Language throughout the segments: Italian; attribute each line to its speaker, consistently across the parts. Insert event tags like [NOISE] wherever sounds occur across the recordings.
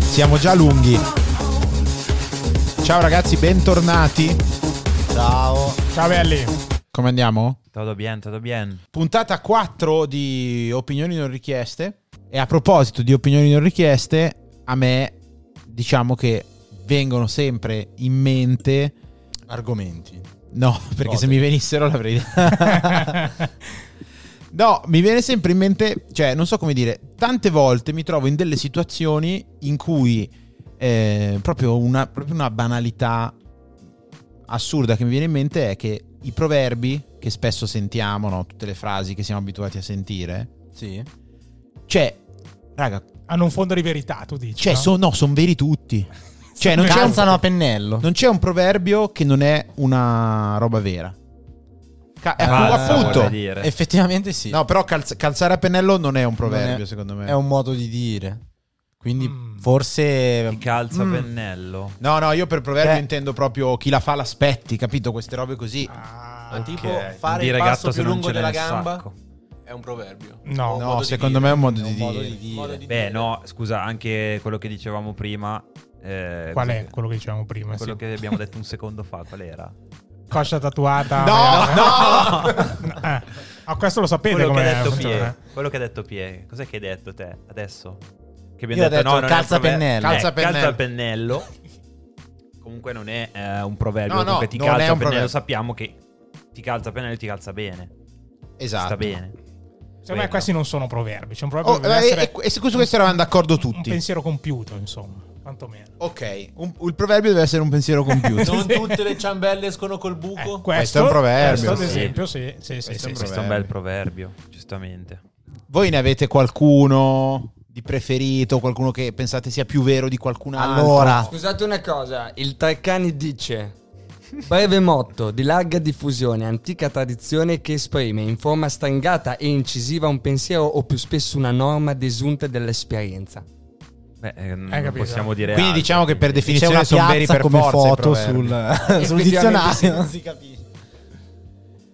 Speaker 1: siamo già lunghi. Ciao ragazzi, bentornati.
Speaker 2: Ciao.
Speaker 3: Ciao belli.
Speaker 1: Come andiamo?
Speaker 2: Todo bien, todo bien.
Speaker 1: Puntata 4 di Opinioni non richieste. E a proposito di opinioni non richieste, a me diciamo che vengono sempre in mente...
Speaker 2: Argomenti.
Speaker 1: No, [LAUGHS] perché se mi venissero l'avrei [LAUGHS] detto. No, mi viene sempre in mente, cioè, non so come dire, tante volte mi trovo in delle situazioni in cui eh, proprio, una, proprio una banalità assurda che mi viene in mente è che i proverbi che spesso sentiamo, no? tutte le frasi che siamo abituati a sentire,
Speaker 2: Sì.
Speaker 1: cioè, raga,
Speaker 3: Hanno un fondo di verità, tu dici.
Speaker 1: cioè,
Speaker 3: no?
Speaker 1: sono no, son veri tutti. Cioè, non c'è,
Speaker 2: Calzano
Speaker 1: un,
Speaker 2: a pennello.
Speaker 1: non c'è un proverbio che non è una roba vera. Ca- ecco,
Speaker 3: Ah,
Speaker 4: Basta,
Speaker 1: appunto.
Speaker 4: vuole Ah, dire.
Speaker 2: Effettivamente sì.
Speaker 1: No, però calz- calzare a pennello non è un proverbio,
Speaker 2: Non è-
Speaker 1: secondo me.
Speaker 2: È un modo di dire. Quindi
Speaker 3: Mm.
Speaker 2: forse...
Speaker 4: Chi calza
Speaker 2: Mm.
Speaker 4: pennello.
Speaker 1: No, no, io per proverbio
Speaker 2: Beh.
Speaker 1: intendo proprio chi la fa l'aspetti, capito? Queste robe così.
Speaker 3: Ah,
Speaker 5: tipo
Speaker 4: Ok,
Speaker 5: fare
Speaker 4: dire
Speaker 5: il passo
Speaker 4: gatto se
Speaker 5: più
Speaker 4: non
Speaker 5: lungo
Speaker 4: ce l'hai
Speaker 5: della
Speaker 4: nel
Speaker 5: gamba
Speaker 4: sacco.
Speaker 5: è un proverbio.
Speaker 3: No.
Speaker 5: O un
Speaker 1: No,
Speaker 5: modo di
Speaker 1: secondo
Speaker 5: dire.
Speaker 1: me è un modo
Speaker 2: È
Speaker 1: di
Speaker 2: un modo
Speaker 1: dire.
Speaker 2: di dire.
Speaker 5: Modo di
Speaker 4: Bè,
Speaker 5: dire.
Speaker 4: [LAUGHS] no, scusa, anche quello che dicevamo prima. eh,
Speaker 3: Qual è
Speaker 4: cos'è?
Speaker 3: quello che dicevamo prima?
Speaker 4: Quello
Speaker 3: sì.
Speaker 4: che abbiamo detto un secondo fa, qual era?
Speaker 3: Coscia tatuata.
Speaker 1: No,
Speaker 3: [LAUGHS] no. Eh. Ah, questo lo sapete
Speaker 4: Quello che,
Speaker 3: come
Speaker 4: ha detto
Speaker 3: funziona. eh?
Speaker 4: Pie. quello che ha detto Pie. Cos'è che hai detto te adesso? Che
Speaker 2: Io ho detto
Speaker 4: non è un
Speaker 2: calza
Speaker 4: proverbio.
Speaker 2: pennello.
Speaker 4: Eh,
Speaker 1: Calza
Speaker 4: calza pennello. Comunque non è eh, un proverbio,
Speaker 1: No, no,
Speaker 4: comunque ti
Speaker 1: non
Speaker 4: calza
Speaker 1: è un
Speaker 4: pennello,
Speaker 1: proverbio.
Speaker 4: sappiamo che ti calza pennello e ti calza bene.
Speaker 1: Esatto.
Speaker 4: Sta bene.
Speaker 3: Secondo
Speaker 4: Quello.
Speaker 3: me questi non sono proverbi. C'è un
Speaker 1: Oh,
Speaker 3: proverbio che
Speaker 1: eh,
Speaker 3: deve essere
Speaker 1: e, e su questo eravamo d'accordo
Speaker 3: un
Speaker 1: tutti.
Speaker 3: pensiero compiuto, insomma. Quantomeno.
Speaker 1: ok, un- il proverbio deve essere un pensiero
Speaker 5: [LAUGHS]
Speaker 1: compiuto.
Speaker 5: Non tutte le ciambelle escono col buco.
Speaker 3: Eh, questo,
Speaker 1: Questo è un proverbio,
Speaker 3: Questo, ad
Speaker 4: sì.
Speaker 3: esempio, sì. sì, sì,
Speaker 1: Questo è
Speaker 3: sì,
Speaker 1: un
Speaker 3: sì.
Speaker 4: Questo è un bel proverbio, giustamente.
Speaker 1: Voi ne avete qualcuno di preferito, qualcuno che pensate sia più vero di qualcun altro?
Speaker 2: Allora,
Speaker 6: Scusate una cosa, il Talcani dice Breve motto di larga diffusione, antica tradizione che esprime in forma stringata e incisiva un pensiero o più spesso una norma desunta dell'esperienza.
Speaker 4: Beh, eh, non
Speaker 3: capito.
Speaker 4: possiamo dire
Speaker 1: quindi
Speaker 4: altro,
Speaker 1: diciamo che per
Speaker 4: quindi.
Speaker 2: c'è una
Speaker 1: definizione sono veri
Speaker 2: piazza
Speaker 1: per
Speaker 2: come
Speaker 1: forza i
Speaker 2: foto [LAUGHS]
Speaker 1: proverbi.
Speaker 2: sul, sul
Speaker 6: Effettivamente sì,
Speaker 2: [LAUGHS] dizionario.
Speaker 6: non si capisce.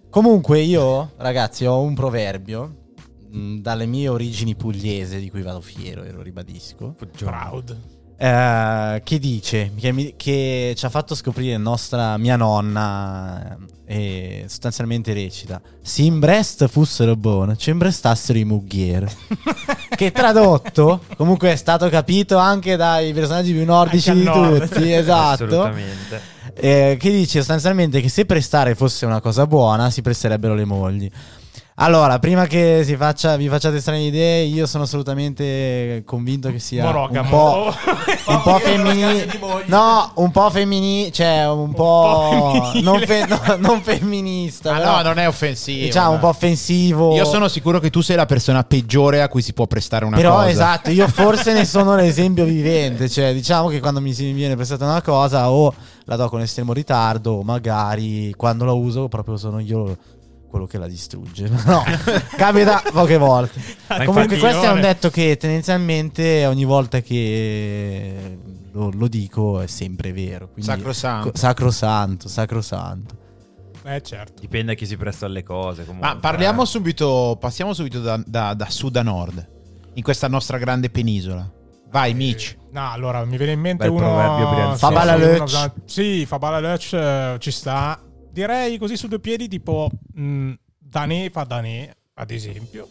Speaker 2: Comunque io, ragazzi, ho un proverbio mh, dalle mie origini pugliese, di cui vado fiero e lo ribadisco,
Speaker 3: Proud.
Speaker 2: eh, che dice, che, mi- che ci ha fatto scoprire nostra, mia nonna, eh, e sostanzialmente recita, se in Brest fossero buone, ci imbrestassero i mughiere. che tradotto, comunque è stato capito anche dai personaggi più nordici
Speaker 3: Anche
Speaker 2: di
Speaker 3: al nord.
Speaker 2: tutti, esatto.
Speaker 4: Assolutamente.
Speaker 2: Eh, che dice sostanzialmente che se prestare fosse una cosa buona, si presterebbero le mogli. Allora, prima che si faccia- vi facciate strane idee, io sono assolutamente convinto che sia
Speaker 3: Monogamo.
Speaker 2: un
Speaker 3: [LAUGHS]
Speaker 2: po', un po'
Speaker 5: Cazzo
Speaker 2: femminile.
Speaker 5: di moglie.
Speaker 2: No, un po' femminile, cioè un,
Speaker 3: po'
Speaker 2: po',
Speaker 3: femminile.
Speaker 2: non, fe- no, non femminista,
Speaker 1: Ah,
Speaker 2: però,
Speaker 1: no, non è offensivo.
Speaker 2: diciamo un po' offensivo.
Speaker 1: Io sono sicuro che tu sei la persona peggiore a cui si può prestare una
Speaker 2: Però
Speaker 1: cosa.
Speaker 2: esatto, io forse ne sono l'esempio vivente, cioè diciamo che quando mi si viene prestata una cosa o la do con estremo ritardo, o magari quando la uso proprio sono io quello che la distrugge. [LAUGHS] No, capita poche volte.
Speaker 3: Ma
Speaker 2: Comunque
Speaker 3: infatti
Speaker 2: questo è
Speaker 3: io-
Speaker 2: un detto che tendenzialmente ogni volta che lo, lo dico è sempre vero. Quindi,
Speaker 1: Sacrosanto.
Speaker 2: co- sacrosanto, sacrosanto.
Speaker 3: [LAUGHS] Eh, certo.
Speaker 4: Dipende a chi si presta alle cose. Comunque.
Speaker 1: Ma parliamo
Speaker 4: eh.
Speaker 1: subito, passiamo subito da, da- da sud a nord, in questa nostra grande penisola. Vai, Mitch.
Speaker 3: No, allora mi viene in mente
Speaker 4: Bel proverbio
Speaker 3: uno.
Speaker 4: brianzone.
Speaker 3: Sì,
Speaker 2: Fabala
Speaker 3: sì,
Speaker 2: Lech.
Speaker 3: uno- Sì, Fabala Lech eh, ci sta. Direi così su due piedi, tipo mh, Danè fa Danè,
Speaker 1: [LAUGHS]
Speaker 3: ad esempio.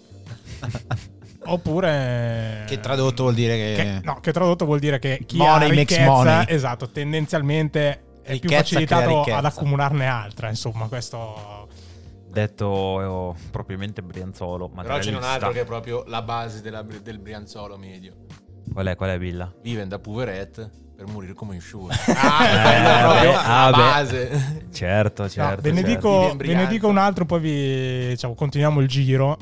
Speaker 3: Oppure.
Speaker 1: Che tradotto vuol dire che...
Speaker 3: Che, no, che tradotto vuol dire che chi
Speaker 1: Money
Speaker 3: ha
Speaker 1: makes
Speaker 3: ricchezza,
Speaker 1: money.
Speaker 3: esatto, tendenzialmente è più
Speaker 1: Ricchezza crea
Speaker 3: facilitato
Speaker 1: ricchezza.
Speaker 3: ad accumularne altra, insomma, questo
Speaker 4: Eh, Detto oh, propriamente Brianzolo. Ma
Speaker 5: Però
Speaker 4: tra
Speaker 5: c'è
Speaker 4: le
Speaker 5: un
Speaker 4: lista-
Speaker 5: altro che è proprio la base della- del brianzolo medio.
Speaker 4: Qual è, qual è Villa?
Speaker 5: Viven da poverette per morire come sciuro.
Speaker 1: [LAUGHS] Ah,
Speaker 4: Eh,
Speaker 5: quella è proprio
Speaker 4: beh,
Speaker 5: la
Speaker 4: ah, beh.
Speaker 5: base.
Speaker 4: Certo,
Speaker 3: No,
Speaker 4: certo.
Speaker 3: ve, ne
Speaker 4: certo.
Speaker 5: Vivi
Speaker 3: dico,
Speaker 5: in
Speaker 3: ve ne
Speaker 5: Brianza.
Speaker 3: dico un altro, poi vi diciamo, continuiamo il giro.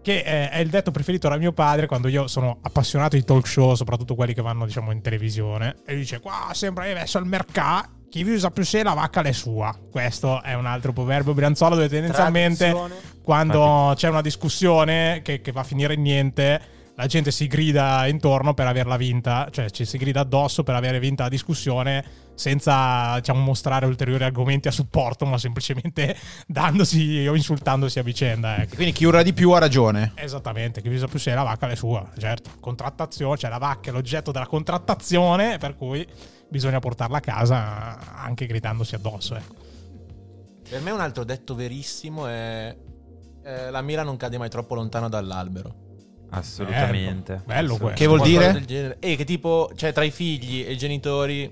Speaker 3: Che è, è il detto preferito da mio padre quando io sono appassionato di talk show, soprattutto quelli che vanno diciamo in televisione. E dice: Qua sembra che messo al mercato. Chi vi usa più sé la vacca le sua. Questo è un altro proverbio brianzolo dove tendenzialmente
Speaker 2: Tradizione.
Speaker 3: quando c'è una discussione che, che va a finire in niente, la gente si grida intorno per averla vinta, cioè ci si grida addosso per aver vinta la discussione senza diciamo, mostrare ulteriori argomenti a supporto, ma semplicemente [LAUGHS] dandosi o insultandosi a vicenda. Ecco.
Speaker 1: E Quindi chi urla di più ha ragione.
Speaker 3: Esattamente, chi pesa più se la vacca è sua, certo. Contrattazione, cioè la vacca è l'oggetto della contrattazione, per cui bisogna portarla a casa anche gridandosi addosso. Ecco.
Speaker 5: Per me un altro detto verissimo è eh, la mira non cade mai troppo lontano dall'albero.
Speaker 4: Assolutamente.
Speaker 3: Bello
Speaker 2: Eh,
Speaker 4: Assolut-
Speaker 3: questo.
Speaker 1: Che vuol
Speaker 5: Qualcosa
Speaker 1: dire?
Speaker 5: del genere. E che tipo, cioè tra i figli e i genitori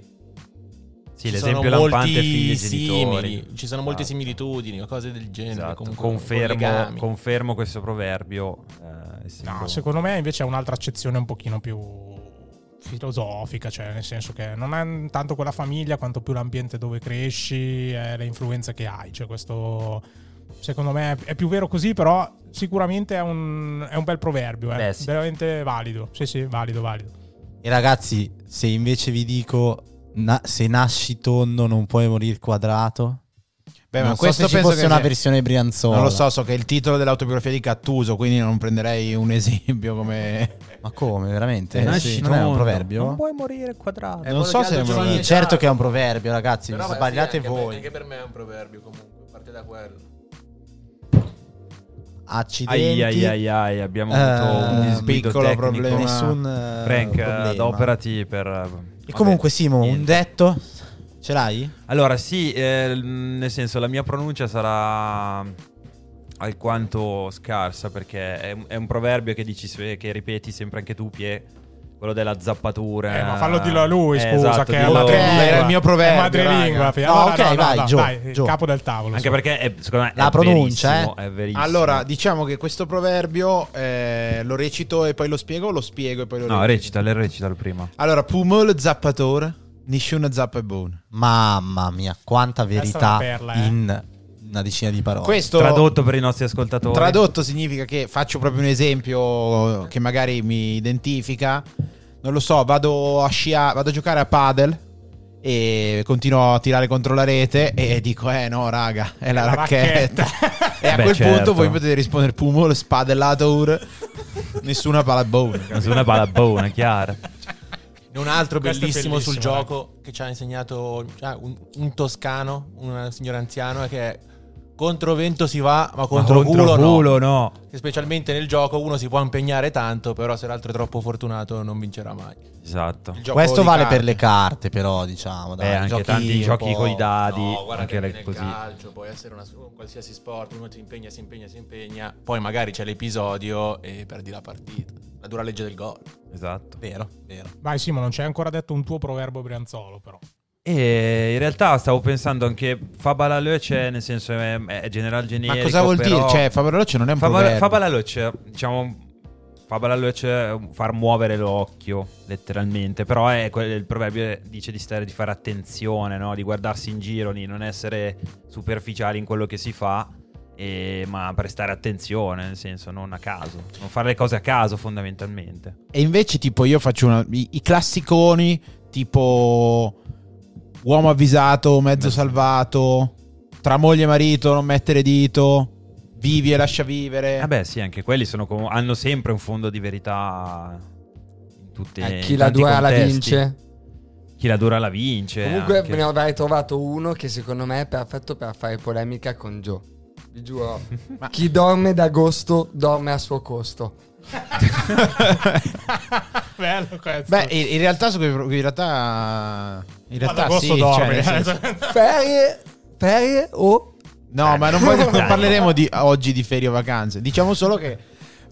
Speaker 4: Sì,
Speaker 5: ci
Speaker 4: l'esempio
Speaker 5: sono
Speaker 4: lampante è
Speaker 5: molti
Speaker 4: figli e genitori.
Speaker 5: simili, ci sono molte
Speaker 4: Esatto.
Speaker 5: similitudini o cose del genere.
Speaker 4: Esatto,
Speaker 5: comunque,
Speaker 4: confermo,
Speaker 5: collegami.
Speaker 4: confermo questo proverbio. eh, essendo-
Speaker 3: No, secondo me invece è un'altra accezione un pochino più filosofica, cioè nel senso che non è tanto quella famiglia quanto più l'ambiente dove cresci e le influenze che hai, cioè questo secondo me è più vero così, però sicuramente è un, è un bel proverbio, è
Speaker 4: Beh, sì.
Speaker 3: veramente valido, sì sì, valido, valido.
Speaker 2: E ragazzi, se invece vi dico na- se nasci tondo non puoi morire quadrato,
Speaker 1: Beh,
Speaker 2: non so se ci fosse una versione brianzola.
Speaker 1: Non lo so, so che è il titolo dell'autobiografia di Cattuso, quindi non prenderei un [LAUGHS] esempio come...
Speaker 2: Ma come, veramente?
Speaker 4: Eh,
Speaker 2: Non,
Speaker 4: sì,
Speaker 2: non è un
Speaker 4: tondo.
Speaker 2: proverbio?
Speaker 4: Non puoi morire quadrato.
Speaker 1: non so se...
Speaker 5: Giovanni
Speaker 2: Sì,
Speaker 5: Esatto.
Speaker 2: certo che è un proverbio, ragazzi,
Speaker 5: Però
Speaker 2: vi
Speaker 5: beh,
Speaker 2: sbagliate
Speaker 5: sì, anche per-
Speaker 2: voi.
Speaker 5: anche per me è un proverbio comunque, parte da quello.
Speaker 4: Ai
Speaker 2: Accidenti.
Speaker 4: ai ai ai, abbiamo
Speaker 2: Eh,
Speaker 4: avuto un
Speaker 2: un
Speaker 4: disguido
Speaker 1: piccolo
Speaker 4: tecnico.
Speaker 1: problema.
Speaker 2: Nessun eh,
Speaker 4: Frank, eh,
Speaker 2: problema.
Speaker 4: adoperati per... eh, vabbè,
Speaker 2: E comunque Simo, un
Speaker 4: niente.
Speaker 2: detto ce l'hai?
Speaker 4: Allora, sì, eh, l- nel senso la mia pronuncia sarà alquanto scarsa perché è, un- è un proverbio che dici se- che ripeti sempre anche tu, Pie, quello della zappatura.
Speaker 3: Eh, ma fallo dirlo a lui,
Speaker 4: Eh,
Speaker 3: scusa,
Speaker 4: esatto,
Speaker 3: che è
Speaker 4: dillo-
Speaker 3: madrelingua.
Speaker 1: Era il mio proverbio,
Speaker 3: È madrelingua,
Speaker 1: raga.
Speaker 3: fi-
Speaker 2: No, ok, vai, Gio,
Speaker 3: dai,
Speaker 2: Gio.
Speaker 3: il capo del tavolo.
Speaker 4: Anche
Speaker 3: so.
Speaker 4: perché è- secondo me
Speaker 2: La
Speaker 4: è
Speaker 2: pronuncia,
Speaker 4: verissimo,
Speaker 2: eh.
Speaker 4: è verissimo.
Speaker 1: Allora, diciamo che questo proverbio eh, lo recito e poi lo spiego o lo spiego e poi lo
Speaker 4: No,
Speaker 1: recito?
Speaker 4: recitalo, recitalo prima.
Speaker 1: Allora, Pumol Zappator, Nishun Zappa e Bone.
Speaker 2: Mamma mia,
Speaker 3: Questa
Speaker 2: quanta
Speaker 3: è
Speaker 2: verità
Speaker 3: una perla, eh.
Speaker 2: in una decina di parole.
Speaker 1: Questo
Speaker 4: Tradotto per i nostri ascoltatori.
Speaker 1: Tradotto significa che faccio proprio un esempio che magari mi identifica. Non lo so, vado a scia, vado a giocare a padel e continuo a tirare contro la rete e dico "Eh no, raga, è la,
Speaker 3: La
Speaker 1: racchetta".
Speaker 3: racchetta.
Speaker 1: e a
Speaker 4: Beh,
Speaker 1: quel punto
Speaker 4: certo.
Speaker 1: voi potete rispondere Pumol Spadellator nessuna palla bone.
Speaker 4: Nessuna balabbona, chiaro.
Speaker 5: E un altro
Speaker 3: Questo è
Speaker 5: bellissimo, sul
Speaker 3: bellissimo,
Speaker 5: gioco che ci ha insegnato ah, un, un toscano, un signore anziano, è che contro vento si va, ma contro, culo, no.
Speaker 4: no.
Speaker 5: Che specialmente nel gioco uno si può impegnare tanto, però se l'altro è troppo fortunato non vincerà mai.
Speaker 4: Esatto.
Speaker 2: Questo vale per le carte, però, diciamo.
Speaker 4: Beh,
Speaker 2: Dai,
Speaker 4: Eh, anche
Speaker 2: giochi
Speaker 4: tanti
Speaker 2: un
Speaker 4: giochi
Speaker 2: po'-
Speaker 4: con i dadi, Ah, anche
Speaker 5: che
Speaker 4: le- così.
Speaker 5: calcio può essere una- un qualsiasi sport, uno ti impegna, si impegna, si impegna, poi magari c'è l'episodio e perdi la partita. La dura legge del gol.
Speaker 4: Esatto.
Speaker 2: Vero, vero.
Speaker 3: Vai Simo, non c'è ancora detto un tuo proverbio brianzolo però. [LAUGHS]
Speaker 4: E in realtà stavo pensando anche Fabalaloe c'è, nel senso è, è general generico.
Speaker 1: Ma cosa vuol
Speaker 4: però-
Speaker 1: dire? Cioè, Faberoloce non è un proverbio.
Speaker 4: Fabalaloe c'è, diciamo... Fabalaloe c'è far muovere l'occhio, letteralmente. Però è quel- il proverbio dice di stare, di fare attenzione, no? Di guardarsi in giro, di non essere superficiali in quello che si fa. e- ma prestare attenzione, nel senso, non a caso, non fare le cose a caso, fondamentalmente.
Speaker 1: E invece, tipo, io faccio una- i, i classiconi, tipo uomo avvisato, mezzo salvato, tra moglie e marito, non mettere dito, vivi e lascia vivere.
Speaker 4: Vabbè, Eh sì, anche quelli sono com- hanno sempre un fondo di verità in tutte
Speaker 6: Eh,
Speaker 4: in
Speaker 6: chi la
Speaker 4: tanti
Speaker 6: dura la
Speaker 4: contesti.
Speaker 6: vince.
Speaker 4: Chi la dura la vince.
Speaker 6: Comunque
Speaker 4: anche.
Speaker 6: me ne avrei trovato uno che secondo me è perfetto per fare polemica con Joe. Vi
Speaker 4: [LAUGHS]
Speaker 6: giuro.
Speaker 1: Ma-
Speaker 6: Chi dorme d'agosto dorme a suo costo.
Speaker 3: Bello questo.
Speaker 1: Beh, in, in realtà, su quei pro- in realtà, in
Speaker 3: Ad
Speaker 1: realtà
Speaker 3: agosto
Speaker 1: sì, cioè,
Speaker 3: dorme.
Speaker 1: nel senso- [LAUGHS]
Speaker 6: Ferie, ferie o...
Speaker 1: no,
Speaker 6: [LAUGHS]
Speaker 1: ma non, voglio- non
Speaker 4: Dai.
Speaker 1: parleremo di, oggi di ferie o vacanze. Diciamo solo che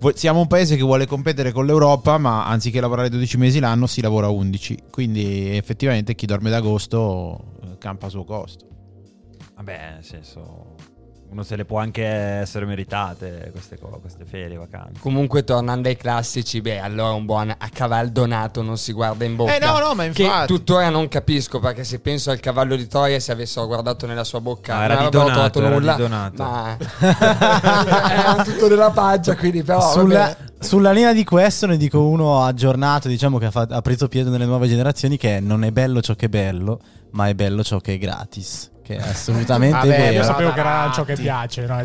Speaker 1: vo- siamo un paese che vuole competere con l'Europa, ma anziché lavorare 12 mesi l'anno, si lavora 11. Quindi, effettivamente, chi dorme d'agosto eh, campa a suo costo.
Speaker 4: Vabbè, nel senso. Uno se le può anche essere meritate queste, co- queste ferie, vacanze.
Speaker 6: Comunque tornando ai classici, beh allora un buon accavaldonato non si guarda in bocca.
Speaker 1: Eh, no, no, ma
Speaker 6: Che
Speaker 1: infatti.
Speaker 6: tuttora non capisco perché se penso al cavallo di Troia se avessero guardato nella sua
Speaker 4: Ah,
Speaker 6: bocca non
Speaker 4: era di
Speaker 6: avrebbero
Speaker 4: Donato,
Speaker 6: trovato
Speaker 4: era
Speaker 6: nulla.
Speaker 4: di Donato. [LAUGHS]
Speaker 6: Ma era tutto nella pancia quindi però...
Speaker 2: sulla,
Speaker 6: vabbè.
Speaker 2: sulla linea di questo ne dico uno aggiornato, diciamo che ha, fa- ha preso piede nelle nuove generazioni, che è non è bello ciò che è bello, ma è bello ciò che è gratis. Che è assolutamente
Speaker 1: Vabbè,
Speaker 2: vero.
Speaker 3: Io
Speaker 1: Esatto.
Speaker 3: sapevo che era ciò che piace, no? È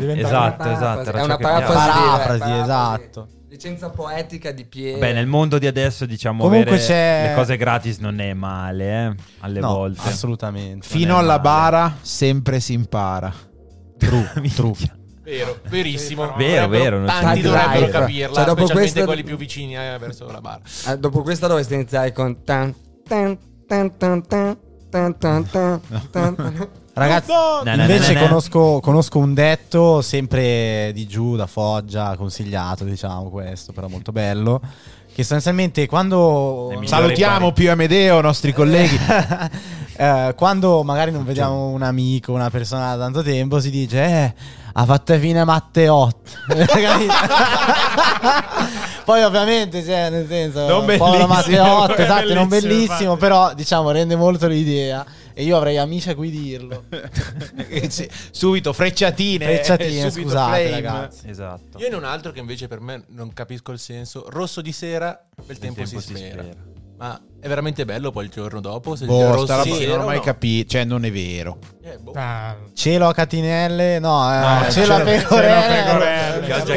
Speaker 4: Esatto,
Speaker 3: diventato
Speaker 6: una
Speaker 4: esatto. era
Speaker 6: parafrasi, è
Speaker 4: ciò
Speaker 6: una
Speaker 4: che
Speaker 6: parafrasi.
Speaker 4: piace.
Speaker 2: Parafrasi,
Speaker 6: Parafrasi.
Speaker 2: esatto.
Speaker 6: Licenza poetica di Piero.
Speaker 4: Beh, nel mondo di adesso, diciamo,
Speaker 2: Comunque
Speaker 4: avere
Speaker 2: c'è-
Speaker 4: le cose gratis non è male, eh, alle
Speaker 2: no, ah,
Speaker 4: volte.
Speaker 2: assolutamente.
Speaker 1: Fino
Speaker 4: Non è
Speaker 1: alla
Speaker 4: male.
Speaker 1: bara sempre si impara. True, true.
Speaker 5: Vero, [LAUGHS] verissimo.
Speaker 4: Vero,
Speaker 5: Dovrebbero-
Speaker 4: vero, non c'è
Speaker 5: Tanti
Speaker 6: dubbio.
Speaker 5: dovrebbero
Speaker 6: Live.
Speaker 5: capirla,
Speaker 6: Cioè, dopo
Speaker 5: specialmente
Speaker 6: questa-
Speaker 5: quelli più vicini eh, verso la barra.
Speaker 6: Eh, dopo questa dovresti iniziare con tan tan tan tan tan tan tan tan tan tan.
Speaker 2: Ragazzi,
Speaker 4: Na, na,
Speaker 2: invece
Speaker 4: na, na, na.
Speaker 2: conosco, conosco un detto sempre di giù, da Foggia, consigliato, diciamo questo, però molto bello. Che sostanzialmente quando...
Speaker 4: È migliore
Speaker 1: Salutiamo Pio Amedeo, nostri colleghi.
Speaker 2: Eh, quando magari non vediamo un amico, una persona da tanto tempo, si dice eh, ha fatto fine Matteotti. [LAUGHS] Magari- Poi ovviamente, cioè, nel senso,
Speaker 1: Non
Speaker 2: povero
Speaker 1: bellissimo,
Speaker 2: Matteotti,
Speaker 3: è
Speaker 2: esatto, non
Speaker 3: bellissimo,
Speaker 2: bellissimo,
Speaker 3: infatti.
Speaker 2: però diciamo rende molto l'idea. E io avrei amici a cui dirlo.
Speaker 1: Sì, subito frecciatine. eh,
Speaker 2: Frecciatine,
Speaker 1: subito
Speaker 2: scusate
Speaker 1: flame.
Speaker 2: ragazzi.
Speaker 4: Esatto.
Speaker 5: Io ne ho un altro che invece per me non capisco il senso. Rosso di sera, bel
Speaker 4: Nel
Speaker 5: tempo, si, spera. Ma è veramente bello poi il giorno dopo. Se il
Speaker 1: Boh,
Speaker 5: rosso
Speaker 1: sta roba
Speaker 5: di
Speaker 1: che
Speaker 5: sera
Speaker 1: non
Speaker 5: o
Speaker 1: ho mai
Speaker 5: no?
Speaker 1: capito. Cioè, non è vero.
Speaker 5: Eh, boh.
Speaker 3: Ah,
Speaker 2: Cielo a catinelle, no, eh,
Speaker 3: No,
Speaker 2: cielo
Speaker 3: cielo-
Speaker 2: a
Speaker 3: cielo a
Speaker 2: pecorelle.
Speaker 3: pecorelle.
Speaker 4: Pioggia a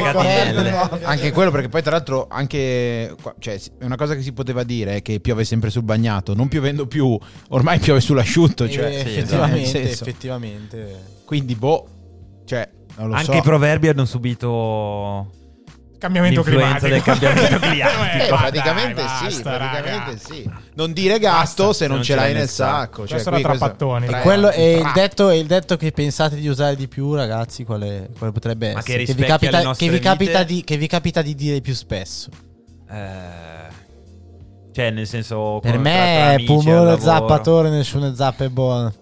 Speaker 4: catinelle.
Speaker 2: Pecorelle, no.
Speaker 1: Eh, Anche quello, perché poi, tra l'altro, anche. qua- Cioè, si- una cosa che si poteva dire è che piove sempre sul bagnato. Non piovendo più, ormai piove sull'asciutto. Cioè,
Speaker 2: Eh,
Speaker 1: nel
Speaker 2: effettivamente,
Speaker 1: senso.
Speaker 2: effettivamente.
Speaker 1: Quindi, boh. Cioè, non lo
Speaker 4: Anche
Speaker 1: so.
Speaker 4: i proverbi hanno subito
Speaker 3: cambiamento
Speaker 4: L'influenza
Speaker 3: climatico.
Speaker 4: del cambiamento
Speaker 3: [LAUGHS]
Speaker 4: climatico.
Speaker 1: Eh,
Speaker 3: Eh, ma
Speaker 1: praticamente
Speaker 3: dai,
Speaker 1: sì,
Speaker 3: basta,
Speaker 1: praticamente
Speaker 3: raga.
Speaker 1: sì. Non dire gatto se non, ce l'hai nel sacco.
Speaker 3: Questo
Speaker 1: Cioè,
Speaker 3: era
Speaker 1: qui questo-
Speaker 3: Trapattoni.
Speaker 4: Eh,
Speaker 1: Tra-
Speaker 2: E quello è il,
Speaker 1: tra-
Speaker 2: detto, è il detto che pensate di usare di più, ragazzi. Quale, quale potrebbe
Speaker 4: Ma che
Speaker 2: essere? vi
Speaker 4: rispecchia
Speaker 2: capita,
Speaker 4: le nostre
Speaker 2: che vi capita
Speaker 4: vite.
Speaker 2: di, che vi capita di dire più spesso.
Speaker 4: Eh, cioè, nel senso.
Speaker 2: Per
Speaker 4: con- tra- tra
Speaker 2: me,
Speaker 4: amici, al
Speaker 2: Pumone
Speaker 4: lavoro.
Speaker 2: Zappatore, nessuno zappa è buono.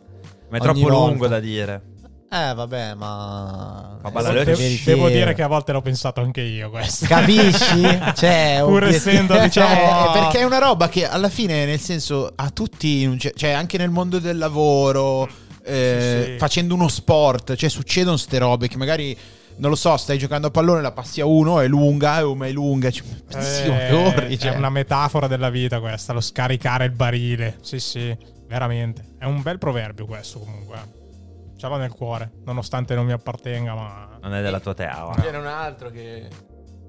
Speaker 4: Ma è
Speaker 2: ogni
Speaker 4: troppo
Speaker 2: volta.
Speaker 4: lungo da dire.
Speaker 2: Eh, vabbè, ma.
Speaker 4: Fa
Speaker 3: Devo-
Speaker 4: balla Allora,
Speaker 3: devo,
Speaker 4: veritiero.
Speaker 3: devo dire che a volte l'ho pensato anche io questo. [LAUGHS]
Speaker 2: Capisci? Cioè,
Speaker 3: Pur
Speaker 2: obiettivo-
Speaker 3: essendo,
Speaker 1: [LAUGHS] Cioè,
Speaker 3: diciamo...
Speaker 1: eh, perché è una roba che alla fine, nel senso, a tutti, in un cer- cioè anche nel mondo del lavoro, eh,
Speaker 3: Mm. Sì, sì.
Speaker 1: facendo uno sport, cioè succedono ste robe che magari, non lo so, stai giocando a pallone, la passi a uno, è lunga, eh, oh, ma è lunga, cioè, [LAUGHS] signori,
Speaker 3: Eh,
Speaker 1: cioè.
Speaker 3: È una metafora della vita questa, lo scaricare il barile. Sì, sì, veramente. È un bel proverbio questo comunque. Ce l'ho nel cuore, nonostante non mi appartenga, ma...
Speaker 4: Non è della tua teava.
Speaker 5: C'era un altro che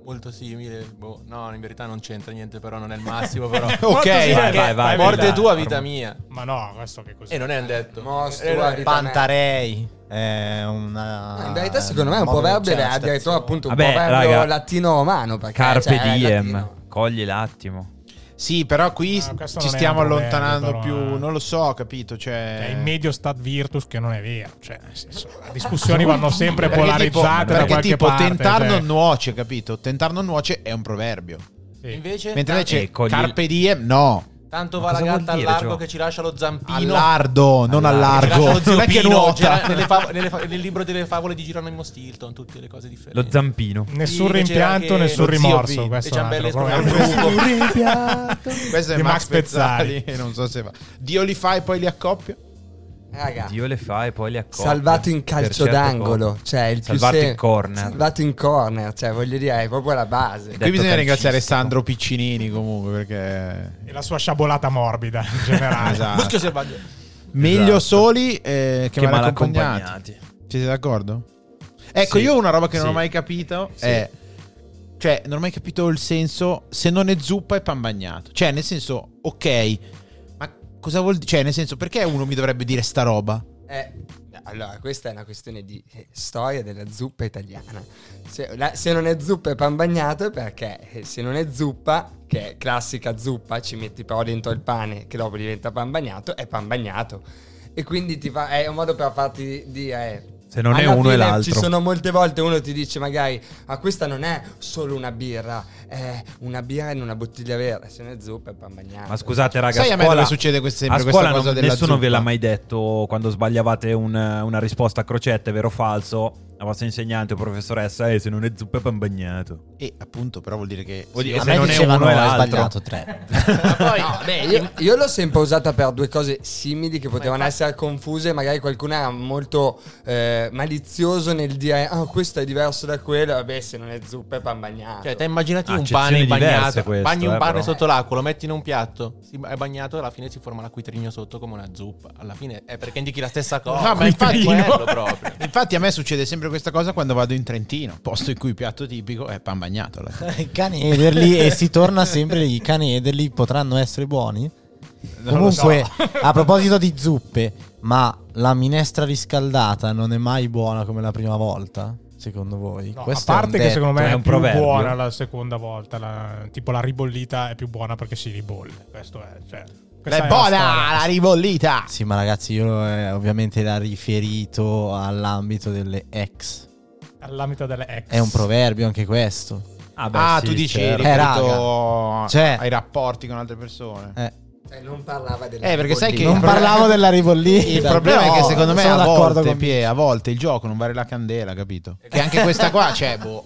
Speaker 5: molto simile. Boh, no, in verità non c'entra niente, però non è il
Speaker 4: [LAUGHS]
Speaker 5: massimo. Però.
Speaker 1: Ok, vai,
Speaker 4: vai, Oh, vai, vai,
Speaker 5: Morte
Speaker 4: vai.
Speaker 5: tua, vita mia.
Speaker 3: Ma no, questo che cos'è?
Speaker 5: E non è un detto.
Speaker 6: Mostro,
Speaker 5: Eh, no,
Speaker 6: guarda.
Speaker 2: Pantarei. È una.
Speaker 6: In verità, secondo me, è un
Speaker 2: modo-
Speaker 6: proverbio
Speaker 2: cioè,
Speaker 6: è addirittura appunto un
Speaker 4: Vabbè,
Speaker 6: proverbio
Speaker 4: raga.
Speaker 6: latino-romano. Perché,
Speaker 4: Carpe
Speaker 6: cioè, è latino.
Speaker 4: diem. Cogli l'attimo.
Speaker 1: Sì, però qui
Speaker 3: Ah, questo
Speaker 1: ci
Speaker 3: non è
Speaker 1: stiamo
Speaker 3: un problema,
Speaker 1: allontanando
Speaker 3: però,
Speaker 1: più,
Speaker 3: eh.
Speaker 1: non lo so, capito, cioè...
Speaker 3: Cioè, in medio stat virtus che non è vero. Cioè, nel senso,
Speaker 1: [LAUGHS]
Speaker 3: le discussioni vanno sempre
Speaker 1: perché tipo,
Speaker 3: polarizzate da
Speaker 1: perché
Speaker 3: qualche
Speaker 1: tipo
Speaker 3: parte.
Speaker 1: tentar
Speaker 3: cioè.
Speaker 1: non nuoce, capito? Tentar non nuoce è un proverbio.
Speaker 3: Sì.
Speaker 5: Invece,
Speaker 3: Ah,
Speaker 1: Mentre
Speaker 5: tanto,
Speaker 1: invece
Speaker 4: Eh, cogli-
Speaker 1: carpe diem no.
Speaker 5: tanto
Speaker 4: Ma
Speaker 5: va la
Speaker 4: cosa vuol
Speaker 5: gatta al
Speaker 4: dire, cioè?
Speaker 5: largo
Speaker 4: Gio?
Speaker 5: che ci lascia lo zampino.
Speaker 1: Allardo, non
Speaker 4: Allardo.
Speaker 5: Ci
Speaker 1: allargo.
Speaker 3: Esatto,
Speaker 5: lascia lo
Speaker 1: Non è che
Speaker 5: zampino,
Speaker 3: cioè.
Speaker 1: nuota.
Speaker 5: c'era nelle fa- nelle fa- nel libro delle favole di Geronimo Stilton, tutte le cose differenti.
Speaker 4: Lo zampino.
Speaker 3: Nessun
Speaker 5: Sì, che c'era
Speaker 3: rimpianto,
Speaker 5: anche
Speaker 3: nessun
Speaker 5: lo zio
Speaker 3: rimorso.
Speaker 5: B,
Speaker 3: Questo
Speaker 5: le
Speaker 3: è un altro
Speaker 5: ciambelle
Speaker 3: problema.
Speaker 5: escono dal buco.
Speaker 1: [LAUGHS] Questo è
Speaker 3: Di
Speaker 1: Max,
Speaker 3: Max Pezzali.
Speaker 1: Pezzali. [LAUGHS] non so se va. Dio li fa e poi li accoppia.
Speaker 6: Raga.
Speaker 4: Dio le fa e poi le accorda.
Speaker 6: Salvato in calcio d'angolo, cioè il più
Speaker 4: Salvato
Speaker 6: se-
Speaker 4: in corner.
Speaker 6: Salvato in corner, cioè voglio dire, è proprio la base.
Speaker 1: Qui bisogna ringraziare
Speaker 4: calcistico.
Speaker 1: Sandro Piccinini comunque perché...
Speaker 3: E la sua sciabolata morbida in
Speaker 1: [LAUGHS]
Speaker 3: generale.
Speaker 1: Esatto.
Speaker 5: Muschio selvaggio.
Speaker 1: Meglio
Speaker 4: Esatto.
Speaker 1: soli eh, che,
Speaker 4: Che
Speaker 1: mal
Speaker 4: mal
Speaker 1: accompagnati.
Speaker 4: accompagnati.
Speaker 1: Ci siete d'accordo? Ecco,
Speaker 4: Sì.
Speaker 1: io una roba che non
Speaker 4: Sì.
Speaker 1: ho mai capito è... Cioè, non ho mai capito il senso se non è zuppa e pan bagnato. Cioè, nel senso, ok, ma cosa vuol dire? Cioè, nel senso, perché uno mi dovrebbe dire sta roba?
Speaker 6: Eh, allora, questa è una questione di eh, storia della zuppa italiana. Se, la- se non è zuppa e pan bagnato è perché eh, se non è zuppa, che è classica zuppa, ci metti però dentro il pane che dopo diventa pan bagnato, è pan bagnato. E quindi ti fa- è un modo per farti dire... eh,
Speaker 4: Se non è
Speaker 6: alla
Speaker 4: uno, è
Speaker 6: fine
Speaker 4: l'altro.
Speaker 6: Ci sono molte volte uno ti dice magari, ah questa non è solo una birra, è una birra in una bottiglia vera, se non è zuppa è pan
Speaker 5: Ah.
Speaker 6: bagnato.
Speaker 4: Ma scusate, raga,
Speaker 1: Sai
Speaker 4: a
Speaker 1: a me
Speaker 4: scuola-
Speaker 1: dove succede que- sempre
Speaker 4: a
Speaker 1: questa
Speaker 4: scuola
Speaker 1: cosa
Speaker 4: non-
Speaker 1: della
Speaker 4: Nessuno ve
Speaker 1: zuppa?
Speaker 4: l'ha mai detto quando sbagliavate un- una risposta a crocette, vero o falso? La vostra insegnante o professoressa, eh, se non è zuppa è pan bagnato.
Speaker 1: E appunto, però vuol dire che...
Speaker 4: Vuol dire
Speaker 2: A
Speaker 4: se
Speaker 2: me
Speaker 4: non è
Speaker 2: dicevano
Speaker 4: uno è
Speaker 2: hai
Speaker 4: l'altro.
Speaker 2: sbagliato tre. [LAUGHS]
Speaker 6: No, beh, io, io l'ho sempre usata per due cose simili che potevano essere confuse. Magari qualcuno era molto eh, malizioso nel dire: Ah, questo è diverso da quello. Vabbè, se non è zuppa è pan bagnato.
Speaker 5: Cioè, te immaginati un
Speaker 4: Accezioni
Speaker 5: pane
Speaker 4: diverse
Speaker 5: bagnato,
Speaker 4: questo,
Speaker 5: bagni un
Speaker 4: eh,
Speaker 5: pane
Speaker 4: però.
Speaker 5: sotto l'acqua, lo metti in un piatto, si- è bagnato e alla fine si forma l'acquitrino sotto come una zuppa. Alla fine è perché indichi la stessa cosa.
Speaker 4: [LAUGHS]
Speaker 1: No, ma infatti, eh,
Speaker 5: quello [LAUGHS] proprio.
Speaker 1: infatti a me succede sempre questa cosa quando vado in Trentino, posto in cui il piatto tipico è pan bagnato. alla
Speaker 2: [LAUGHS]
Speaker 1: fine.
Speaker 2: I cani ederli e si torna sempre i cani ederli potranno essere buoni?
Speaker 1: Non lo so.
Speaker 2: Comunque, [LAUGHS] a proposito di zuppe, ma la minestra riscaldata non è mai buona come la prima volta? Secondo voi?
Speaker 3: No, a
Speaker 2: Questo è un
Speaker 3: parte che
Speaker 2: detto.
Speaker 3: secondo me
Speaker 4: è
Speaker 3: è,
Speaker 4: un
Speaker 3: più
Speaker 4: proverbio.
Speaker 3: buona la seconda volta, la- tipo la ribollita è più buona perché si ribolle. Questo è, cioè, questa
Speaker 1: È
Speaker 3: è
Speaker 1: buona
Speaker 3: storia.
Speaker 1: la ribollita!
Speaker 2: Sì, ma ragazzi, io eh, ovviamente l'ha riferito all'ambito delle ex.
Speaker 3: All'ambito delle ex.
Speaker 2: È un proverbio anche questo.
Speaker 4: beh,
Speaker 1: ah,
Speaker 4: sì,
Speaker 1: tu dici
Speaker 4: certo.
Speaker 2: Eh,
Speaker 1: riferito
Speaker 5: Eh.
Speaker 2: Cioè-
Speaker 1: ai rapporti con altre persone.
Speaker 2: Eh,
Speaker 6: Cioè, non parlava della
Speaker 1: Eh, perché sai che-
Speaker 2: non
Speaker 1: il
Speaker 2: parlavo
Speaker 1: problema-
Speaker 2: della ribollita.
Speaker 1: Il problema
Speaker 2: però
Speaker 1: è che secondo me
Speaker 2: sono
Speaker 1: a
Speaker 2: d'accordo
Speaker 1: volte,
Speaker 2: con
Speaker 1: Pie, a volte il gioco non vale la candela, capito? Che anche
Speaker 2: [LAUGHS]
Speaker 1: questa qua, cioè, boh.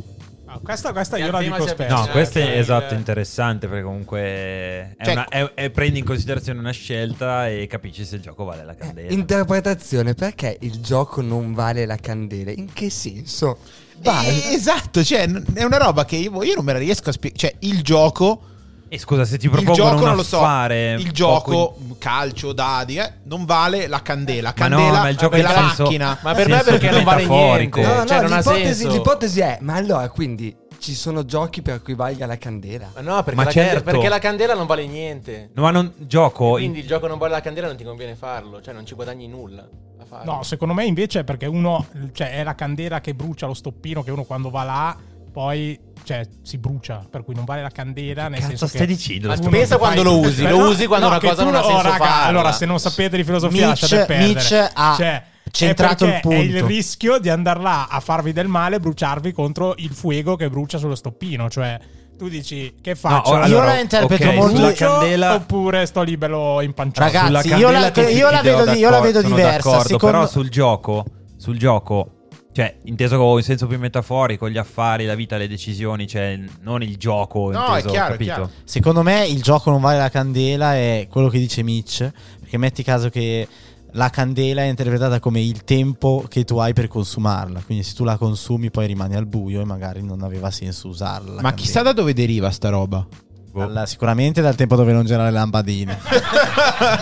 Speaker 3: Ah, questa, questa
Speaker 5: Che
Speaker 3: io
Speaker 5: al
Speaker 3: la
Speaker 5: tema
Speaker 3: dico
Speaker 5: si
Speaker 1: eh,
Speaker 3: spesso.
Speaker 5: avvicina.
Speaker 4: No,
Speaker 5: Cioè,
Speaker 4: questo
Speaker 5: cioè,
Speaker 4: è
Speaker 5: il-
Speaker 4: esatto, interessante perché comunque è
Speaker 1: certo. Cioè-
Speaker 4: una- è- è- prendi in considerazione una scelta e capisci se il gioco vale la
Speaker 1: Eh,
Speaker 4: candela.
Speaker 6: eh, Interpretazione, perché il gioco non vale la candela? In che senso?
Speaker 1: Eh, esatto, cioè, n- è una roba che io, io non me la riesco a spiegare. Cioè, il gioco.
Speaker 4: e scusa, se ti
Speaker 1: Il
Speaker 4: propongono
Speaker 1: gioco
Speaker 4: un
Speaker 1: non lo so.
Speaker 4: affare
Speaker 1: Il
Speaker 4: poco
Speaker 1: gioco, calcio, dadi, eh, non vale la candela.
Speaker 4: Ma no,
Speaker 1: Candela
Speaker 4: ma il gioco
Speaker 1: della
Speaker 4: in senso-
Speaker 1: macchina.
Speaker 5: Ma per
Speaker 4: Senso
Speaker 5: me perché non vale
Speaker 4: metaforico.
Speaker 5: niente.
Speaker 4: No,
Speaker 5: cioè, non ha
Speaker 6: l'ipotesi,
Speaker 5: senso.
Speaker 6: l'ipotesi è, ma allora quindi ci sono giochi per cui valga la candela?
Speaker 5: Ma no, perché,
Speaker 4: Ma
Speaker 5: la
Speaker 4: certo.
Speaker 5: candela, perché la candela non vale niente.
Speaker 4: No, ma non gioco
Speaker 5: Quindi il gioco non vale la candela non ti conviene farlo, cioè non ci guadagni nulla a farlo.
Speaker 3: No, secondo me invece è perché uno, cioè, è la candela che brucia lo stoppino che uno quando va là poi, cioè, si brucia, per cui non vale la candela nel
Speaker 4: cazzo
Speaker 3: senso
Speaker 4: stai
Speaker 3: che
Speaker 4: dicendo?
Speaker 5: Ma
Speaker 3: uno
Speaker 5: pensa
Speaker 3: non
Speaker 5: quando
Speaker 3: fai- [LAUGHS]
Speaker 5: lo usi,
Speaker 3: Beh,
Speaker 5: lo
Speaker 3: no,
Speaker 5: usi quando
Speaker 3: no,
Speaker 5: una
Speaker 3: che
Speaker 5: cosa
Speaker 3: tu
Speaker 5: non ha
Speaker 3: no-
Speaker 5: senso
Speaker 3: raga,
Speaker 5: farla.
Speaker 3: Allora, se non sapete di filosofia
Speaker 2: Mitch-
Speaker 3: lasciate perdere. Cioè,
Speaker 2: Mitch ha
Speaker 3: è
Speaker 2: centrato il
Speaker 3: perché È il
Speaker 2: punto.
Speaker 3: rischio di andare là a farvi del male, bruciarvi contro il fuego che brucia sullo stoppino, cioè tu dici che faccio?
Speaker 2: io allora- la interpreto
Speaker 4: ok,
Speaker 2: molto-
Speaker 4: sulla
Speaker 3: Brucio
Speaker 4: candela
Speaker 3: oppure sto lì bello impanciato?
Speaker 2: Ragazzi,
Speaker 4: sulla
Speaker 2: io
Speaker 4: candela
Speaker 2: la-
Speaker 4: ti- ti
Speaker 2: io
Speaker 4: do
Speaker 2: la vedo di- io la
Speaker 4: d'accordo,
Speaker 2: vedo
Speaker 4: sono
Speaker 2: diversa,
Speaker 4: d'accordo,
Speaker 2: secondo-
Speaker 4: però sul gioco sul gioco cioè, inteso in senso più metaforico, gli affari, la vita, le decisioni, cioè non il gioco,
Speaker 1: No, è
Speaker 4: inteso,
Speaker 1: chiaro, è
Speaker 4: capito?
Speaker 1: chiaro.
Speaker 2: Secondo me il gioco non vale la candela è quello che dice Mitch, perché metti caso che la candela è interpretata come il tempo che tu hai per consumarla, quindi se tu la consumi poi rimani al buio e magari non aveva senso usarla. la
Speaker 1: Ma
Speaker 2: candela.
Speaker 1: chissà da dove deriva sta roba.
Speaker 4: [LAUGHS] Boh.
Speaker 2: Dalla- sicuramente dal tempo dove non c'erano le lampadine.
Speaker 1: [LAUGHS]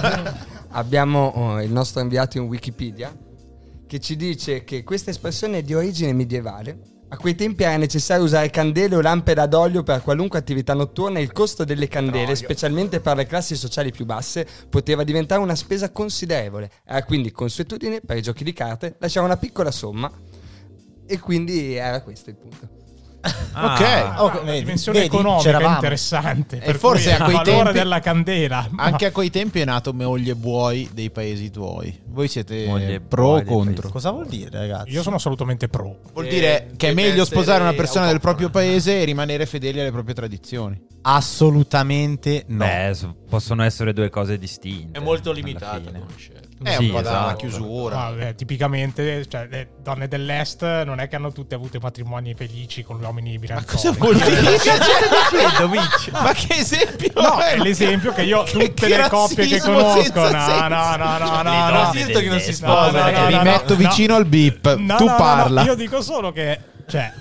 Speaker 6: Abbiamo oh, il nostro inviato in Wikipedia che ci dice che questa espressione è di origine medievale. A quei tempi era necessario usare candele o lampade ad olio per qualunque attività notturna e il costo delle candele, specialmente per le classi sociali più basse, poteva diventare una spesa considerevole. Era quindi consuetudine per i giochi di carte lasciare una piccola somma e quindi era questo il punto.
Speaker 4: Ah,
Speaker 1: Ok.
Speaker 2: ok,
Speaker 3: una
Speaker 2: vedi,
Speaker 3: dimensione
Speaker 2: vedi,
Speaker 3: economica
Speaker 2: c'eravamo.
Speaker 3: interessante.
Speaker 1: E
Speaker 3: per
Speaker 1: forse
Speaker 3: cui
Speaker 1: a quei
Speaker 3: il valore
Speaker 1: tempi-
Speaker 3: della candela. ma-
Speaker 1: Anche a quei tempi è nato Meoglie e Buoi dei paesi tuoi. Voi siete
Speaker 4: Moglie e
Speaker 1: pro
Speaker 4: buoi
Speaker 1: o
Speaker 4: dei
Speaker 1: contro?
Speaker 2: Cosa vuol dire, ragazzi?
Speaker 3: Io sono assolutamente pro.
Speaker 1: Vuol dire che è
Speaker 5: Eh, Deve
Speaker 1: meglio
Speaker 5: essere
Speaker 1: sposare una persona del proprio
Speaker 5: autoctona.
Speaker 1: paese e rimanere fedeli alle proprie tradizioni.
Speaker 2: assolutamente no.
Speaker 4: Beh, so- possono essere due cose distinte.
Speaker 5: È molto
Speaker 4: alla
Speaker 5: limitata
Speaker 4: fine.
Speaker 5: come scelta.
Speaker 1: È
Speaker 4: Sì,
Speaker 1: un po' da
Speaker 4: esatto.
Speaker 1: una chiusura.
Speaker 3: Vabbè, tipicamente cioè, le donne dell'est non è che hanno tutte avuto matrimoni felici con gli uomini
Speaker 1: Ma
Speaker 3: bilanciati.
Speaker 1: cosa vuol dire? Ma che esempio?
Speaker 3: No,
Speaker 1: è?
Speaker 3: è l'esempio che io
Speaker 1: Che-
Speaker 3: tutte
Speaker 1: che
Speaker 3: le coppie che
Speaker 1: razzismo
Speaker 3: conosco.
Speaker 1: senza
Speaker 3: No,
Speaker 1: senso.
Speaker 3: no, no,
Speaker 4: Le
Speaker 3: no, no, no.
Speaker 4: donne
Speaker 5: zitto
Speaker 4: del
Speaker 5: che non
Speaker 4: est.
Speaker 5: si sposa,
Speaker 3: No, no, no,
Speaker 1: Mi
Speaker 3: no,
Speaker 1: metto
Speaker 3: no.
Speaker 1: vicino al beep.
Speaker 3: No,
Speaker 1: Eh, tu
Speaker 3: no, no, no,
Speaker 1: parla.
Speaker 3: io dico solo che,
Speaker 1: [LAUGHS]
Speaker 3: cioè,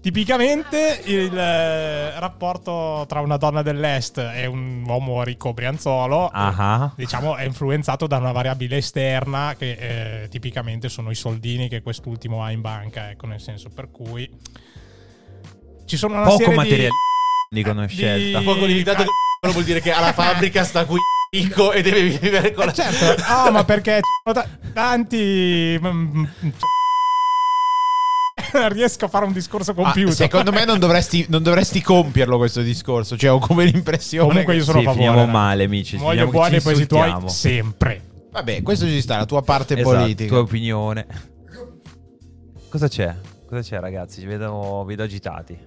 Speaker 3: tipicamente il eh, rapporto tra una donna dell'est e un uomo ricco brianzolo,
Speaker 4: Ah,
Speaker 3: diciamo, è influenzato da una variabile esterna che eh, tipicamente sono i soldini che quest'ultimo ha in banca, ecco, nel senso per cui ci sono una
Speaker 4: poco
Speaker 3: serie di-
Speaker 4: materiale di conoscenza.
Speaker 3: di-
Speaker 5: Poco limitato che vuol dire che alla fabbrica sta qui [LAUGHS] ricco e deve vivere
Speaker 1: Eh,
Speaker 5: con la
Speaker 3: Certo, ah, ma [LAUGHS] perché ci sono ta- tanti... mm, [LAUGHS] Non riesco a fare un discorso
Speaker 1: Ah,
Speaker 3: compiuto.
Speaker 1: secondo me non dovresti, non dovresti compierlo questo discorso. Cioè, ho come l'impressione.
Speaker 3: Comunque
Speaker 1: che-
Speaker 3: io sono
Speaker 4: sì,
Speaker 3: a favore.
Speaker 4: finiamo
Speaker 3: dai.
Speaker 4: male, amici,
Speaker 3: Voglio
Speaker 4: finiamo che
Speaker 3: buoni
Speaker 4: ci
Speaker 3: e poi tuoi
Speaker 4: insultiamo.
Speaker 3: sempre.
Speaker 1: Vabbè, questo ci sta, la tua parte
Speaker 4: Esatto,
Speaker 1: politica.
Speaker 4: tua opinione. Cosa c'è? Cosa c'è, ragazzi? Ci vedo, vedo agitati.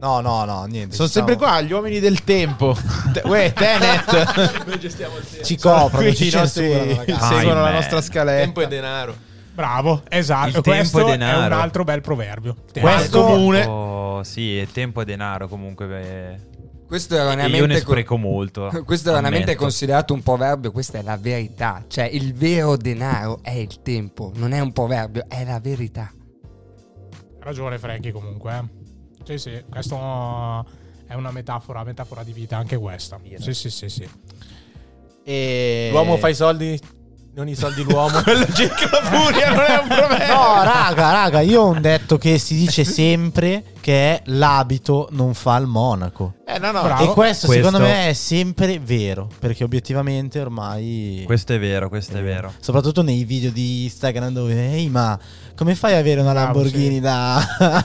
Speaker 2: No, no, no, niente.
Speaker 1: Sono
Speaker 2: ci siamo-
Speaker 1: sempre qua, gli uomini del tempo. [LAUGHS] Te- Uè, Tenet.
Speaker 5: [LAUGHS] Noi gestiamo il tempo.
Speaker 2: Ci coprono,
Speaker 1: Qui
Speaker 2: ci
Speaker 1: i nostri-
Speaker 2: censurano, ragazzi.
Speaker 4: Ah,
Speaker 1: Seguono la
Speaker 4: man.
Speaker 1: nostra
Speaker 5: Tempo
Speaker 1: scaletta.
Speaker 5: e denaro.
Speaker 1: eh.
Speaker 3: Bravo, esatto.
Speaker 4: Il tempo è
Speaker 3: Questo è, un
Speaker 4: denaro.
Speaker 3: altro bel proverbio.
Speaker 1: Questo comune.
Speaker 4: Oh, sì, è tempo e denaro
Speaker 1: [LAUGHS]
Speaker 4: comunque. beh.
Speaker 6: Questo era
Speaker 4: E
Speaker 6: veramente
Speaker 4: io ne
Speaker 6: co-
Speaker 4: spreco molto.
Speaker 6: [LAUGHS] Questo veramente è
Speaker 4: ammetto.
Speaker 6: considerato un proverbio, questa è la verità. Cioè, il vero denaro è il tempo, non è un proverbio, è la verità.
Speaker 3: Ha ragione Frankie comunque. eh. Sì, sì, questo è una metafora, metafora di vita anche questa. Sì, sì, sì, sì.
Speaker 1: E-
Speaker 5: [LAUGHS] L'uomo fa i soldi non i
Speaker 1: [LAUGHS]
Speaker 5: soldi l'uomo. Quello cerca la
Speaker 1: Furia non è un problema.
Speaker 2: No, raga, raga, io ho un detto che si dice sempre che è l'abito non fa il monaco.
Speaker 1: Eh, no, no.
Speaker 3: Bravo.
Speaker 2: E questo,
Speaker 4: Questo-
Speaker 2: secondo me è sempre vero, perché obiettivamente ormai...
Speaker 4: Questo è vero, questo è vero.
Speaker 2: Soprattutto nei video di Instagram dove, ehi ma come fai ad avere una
Speaker 3: Bravo,
Speaker 2: Lamborghini
Speaker 3: sì.
Speaker 2: da...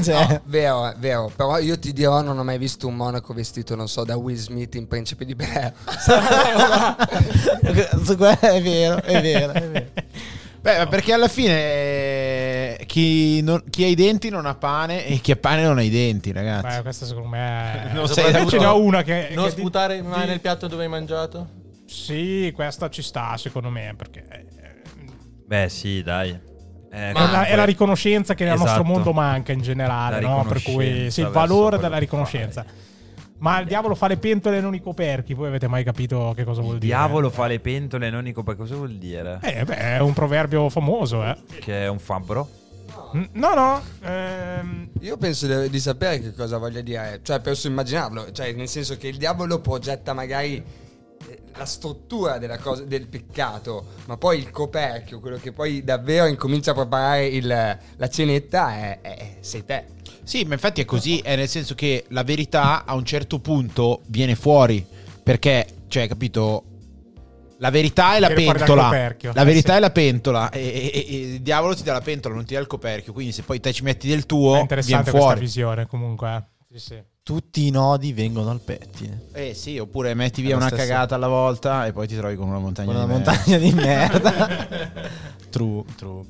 Speaker 2: [LAUGHS] cioè,
Speaker 6: No, vero, è vero, però io ti dirò non ho mai visto un monaco vestito, non so, da Will Smith in Principe di Bel Air.
Speaker 2: [LAUGHS] Su que- è vero, è vero, è vero.
Speaker 1: Beh, ma perché alla fine eh, chi, non- chi ha i denti non ha pane e chi ha pane non ha i denti, ragazzi.
Speaker 3: Beh, questa secondo me...
Speaker 1: Non
Speaker 3: Soprattutto
Speaker 1: sei d'accordo?
Speaker 3: ce n'è una che...
Speaker 5: Non
Speaker 3: che di-
Speaker 5: sputare
Speaker 3: di-
Speaker 5: mai nel piatto dove hai mangiato?
Speaker 3: Sì, questa ci sta secondo me, perché... eh,
Speaker 4: Beh, sì, dai. Eh,
Speaker 3: È la, è la
Speaker 4: comunque-
Speaker 3: riconoscenza che nel nostro
Speaker 4: Esatto.
Speaker 3: mondo manca in generale,
Speaker 4: La
Speaker 3: no? per
Speaker 4: riconoscenza
Speaker 3: cui sì, il
Speaker 4: verso
Speaker 3: valore
Speaker 4: quello
Speaker 3: della
Speaker 4: che
Speaker 3: riconoscenza. Ma il diavolo fa le pentole e non i coperchi, voi avete mai capito che cosa vuol
Speaker 4: Il
Speaker 3: dire?
Speaker 4: diavolo fa le pentole e non i coperchi. Cosa vuol dire?
Speaker 3: Eh, beh, è un proverbio famoso, eh.
Speaker 4: Che è un fabbro?
Speaker 3: Mm, No, no, ehm,
Speaker 6: Io penso di, di sapere che cosa voglia dire, cioè penso immaginarlo, cioè nel senso che il diavolo progetta magari eh, la struttura della cosa, del peccato, ma poi il coperchio, quello che poi davvero incomincia a preparare il- la cenetta, è, è- sei te.
Speaker 1: Sì, ma infatti è così, è nel senso che la verità a un certo punto viene fuori, perché, cioè, capito, la verità è la
Speaker 3: Viene fuori dal
Speaker 1: pentola,
Speaker 3: coperchio.
Speaker 1: la
Speaker 3: Eh,
Speaker 1: verità
Speaker 3: sì.
Speaker 1: è la pentola, e, e- e- e il diavolo ti dà la pentola, non ti dà il coperchio, quindi se poi te ci metti del
Speaker 3: è
Speaker 1: tuo, Oh, viene
Speaker 3: interessante questa
Speaker 1: fuori.
Speaker 3: visione comunque. eh. Sì, sì.
Speaker 2: Tutti i nodi vengono al pettine.
Speaker 1: Eh sì, oppure metti
Speaker 2: È
Speaker 1: via
Speaker 2: lo
Speaker 1: una
Speaker 2: stesso.
Speaker 1: cagata alla volta e poi ti trovi con una montagna
Speaker 2: Una
Speaker 1: di merda.
Speaker 2: montagna di merda. true, true.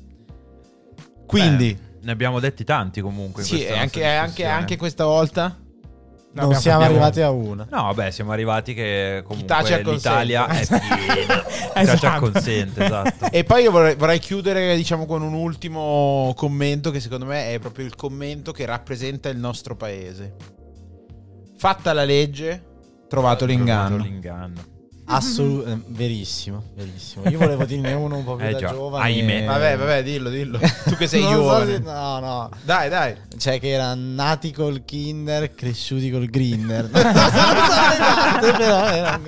Speaker 1: Quindi,
Speaker 4: Beh, ne abbiamo detti tanti comunque. in
Speaker 1: sì,
Speaker 4: questa
Speaker 1: e anche,
Speaker 4: nostra
Speaker 1: anche-
Speaker 4: discussione.
Speaker 1: anche questa volta
Speaker 3: No,
Speaker 2: non
Speaker 3: abbiamo-
Speaker 2: siamo
Speaker 3: abbiamo-
Speaker 2: arrivati a una.
Speaker 4: No, vabbè, siamo arrivati che comunque
Speaker 1: tace acconsente.
Speaker 4: l'Italia
Speaker 1: [LAUGHS]
Speaker 4: è piena. Chi tace
Speaker 3: Esatto.
Speaker 4: acconsente, esatto.
Speaker 1: E poi io vorrei, vorrei chiudere, diciamo, con un ultimo commento che secondo me è proprio il commento che rappresenta il nostro paese. Fatta la legge, trovato
Speaker 4: Trovato
Speaker 1: l'inganno.
Speaker 4: l'inganno.
Speaker 2: Assolutamente eh, verissimo, verissimo. Io volevo dirne uno un po' più
Speaker 4: Eh
Speaker 2: da
Speaker 4: già,
Speaker 2: giovane.
Speaker 4: ahimè.
Speaker 1: Vabbè, vabbè, dillo,
Speaker 2: [LAUGHS]
Speaker 1: dillo. Tu che sei
Speaker 2: Non so
Speaker 1: giovane.
Speaker 2: se- no, no.
Speaker 1: Dai, dai.
Speaker 2: Cioè che erano nati col Kinder, cresciuti col Grinder. non so le date, però erano-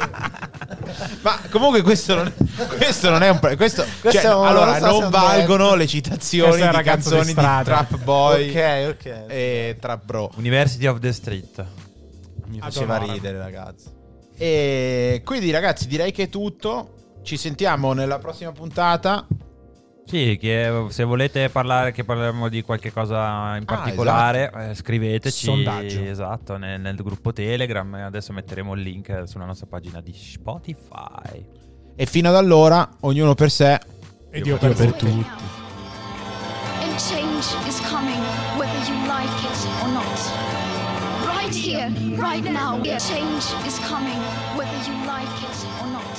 Speaker 1: Ma comunque questo non è, questo non è un... pre- Questo,
Speaker 2: Questo
Speaker 1: cioè,
Speaker 2: è un-
Speaker 1: allora,
Speaker 2: non so se è
Speaker 1: non
Speaker 2: un
Speaker 1: valgono
Speaker 2: detto.
Speaker 1: le citazioni
Speaker 3: Questo è
Speaker 1: di
Speaker 3: un ragazzo
Speaker 1: canzoni
Speaker 3: di
Speaker 1: di
Speaker 3: strada.
Speaker 1: Trap Boy
Speaker 2: Ok, ok.
Speaker 1: e Trap Bro.
Speaker 4: University of the Street.
Speaker 2: Mi
Speaker 3: Ad
Speaker 2: faceva
Speaker 3: honorem.
Speaker 2: ridere, ragazzi.
Speaker 1: E quindi ragazzi, direi che è tutto. Ci sentiamo nella prossima puntata.
Speaker 4: Sì, che se volete parlare, che parliamo di qualche cosa in
Speaker 1: Ah,
Speaker 4: particolare, eh, scriveteci.
Speaker 1: Sondaggio.
Speaker 4: Esatto, nel, nel gruppo Telegram. Adesso metteremo il link eh, sulla nostra pagina di Spotify.
Speaker 1: E fino ad allora, ognuno per sé.
Speaker 3: E Dio per tutti.
Speaker 7: And change is coming, whether you like it or not. Right here, right now, change is coming, whether you like it or not.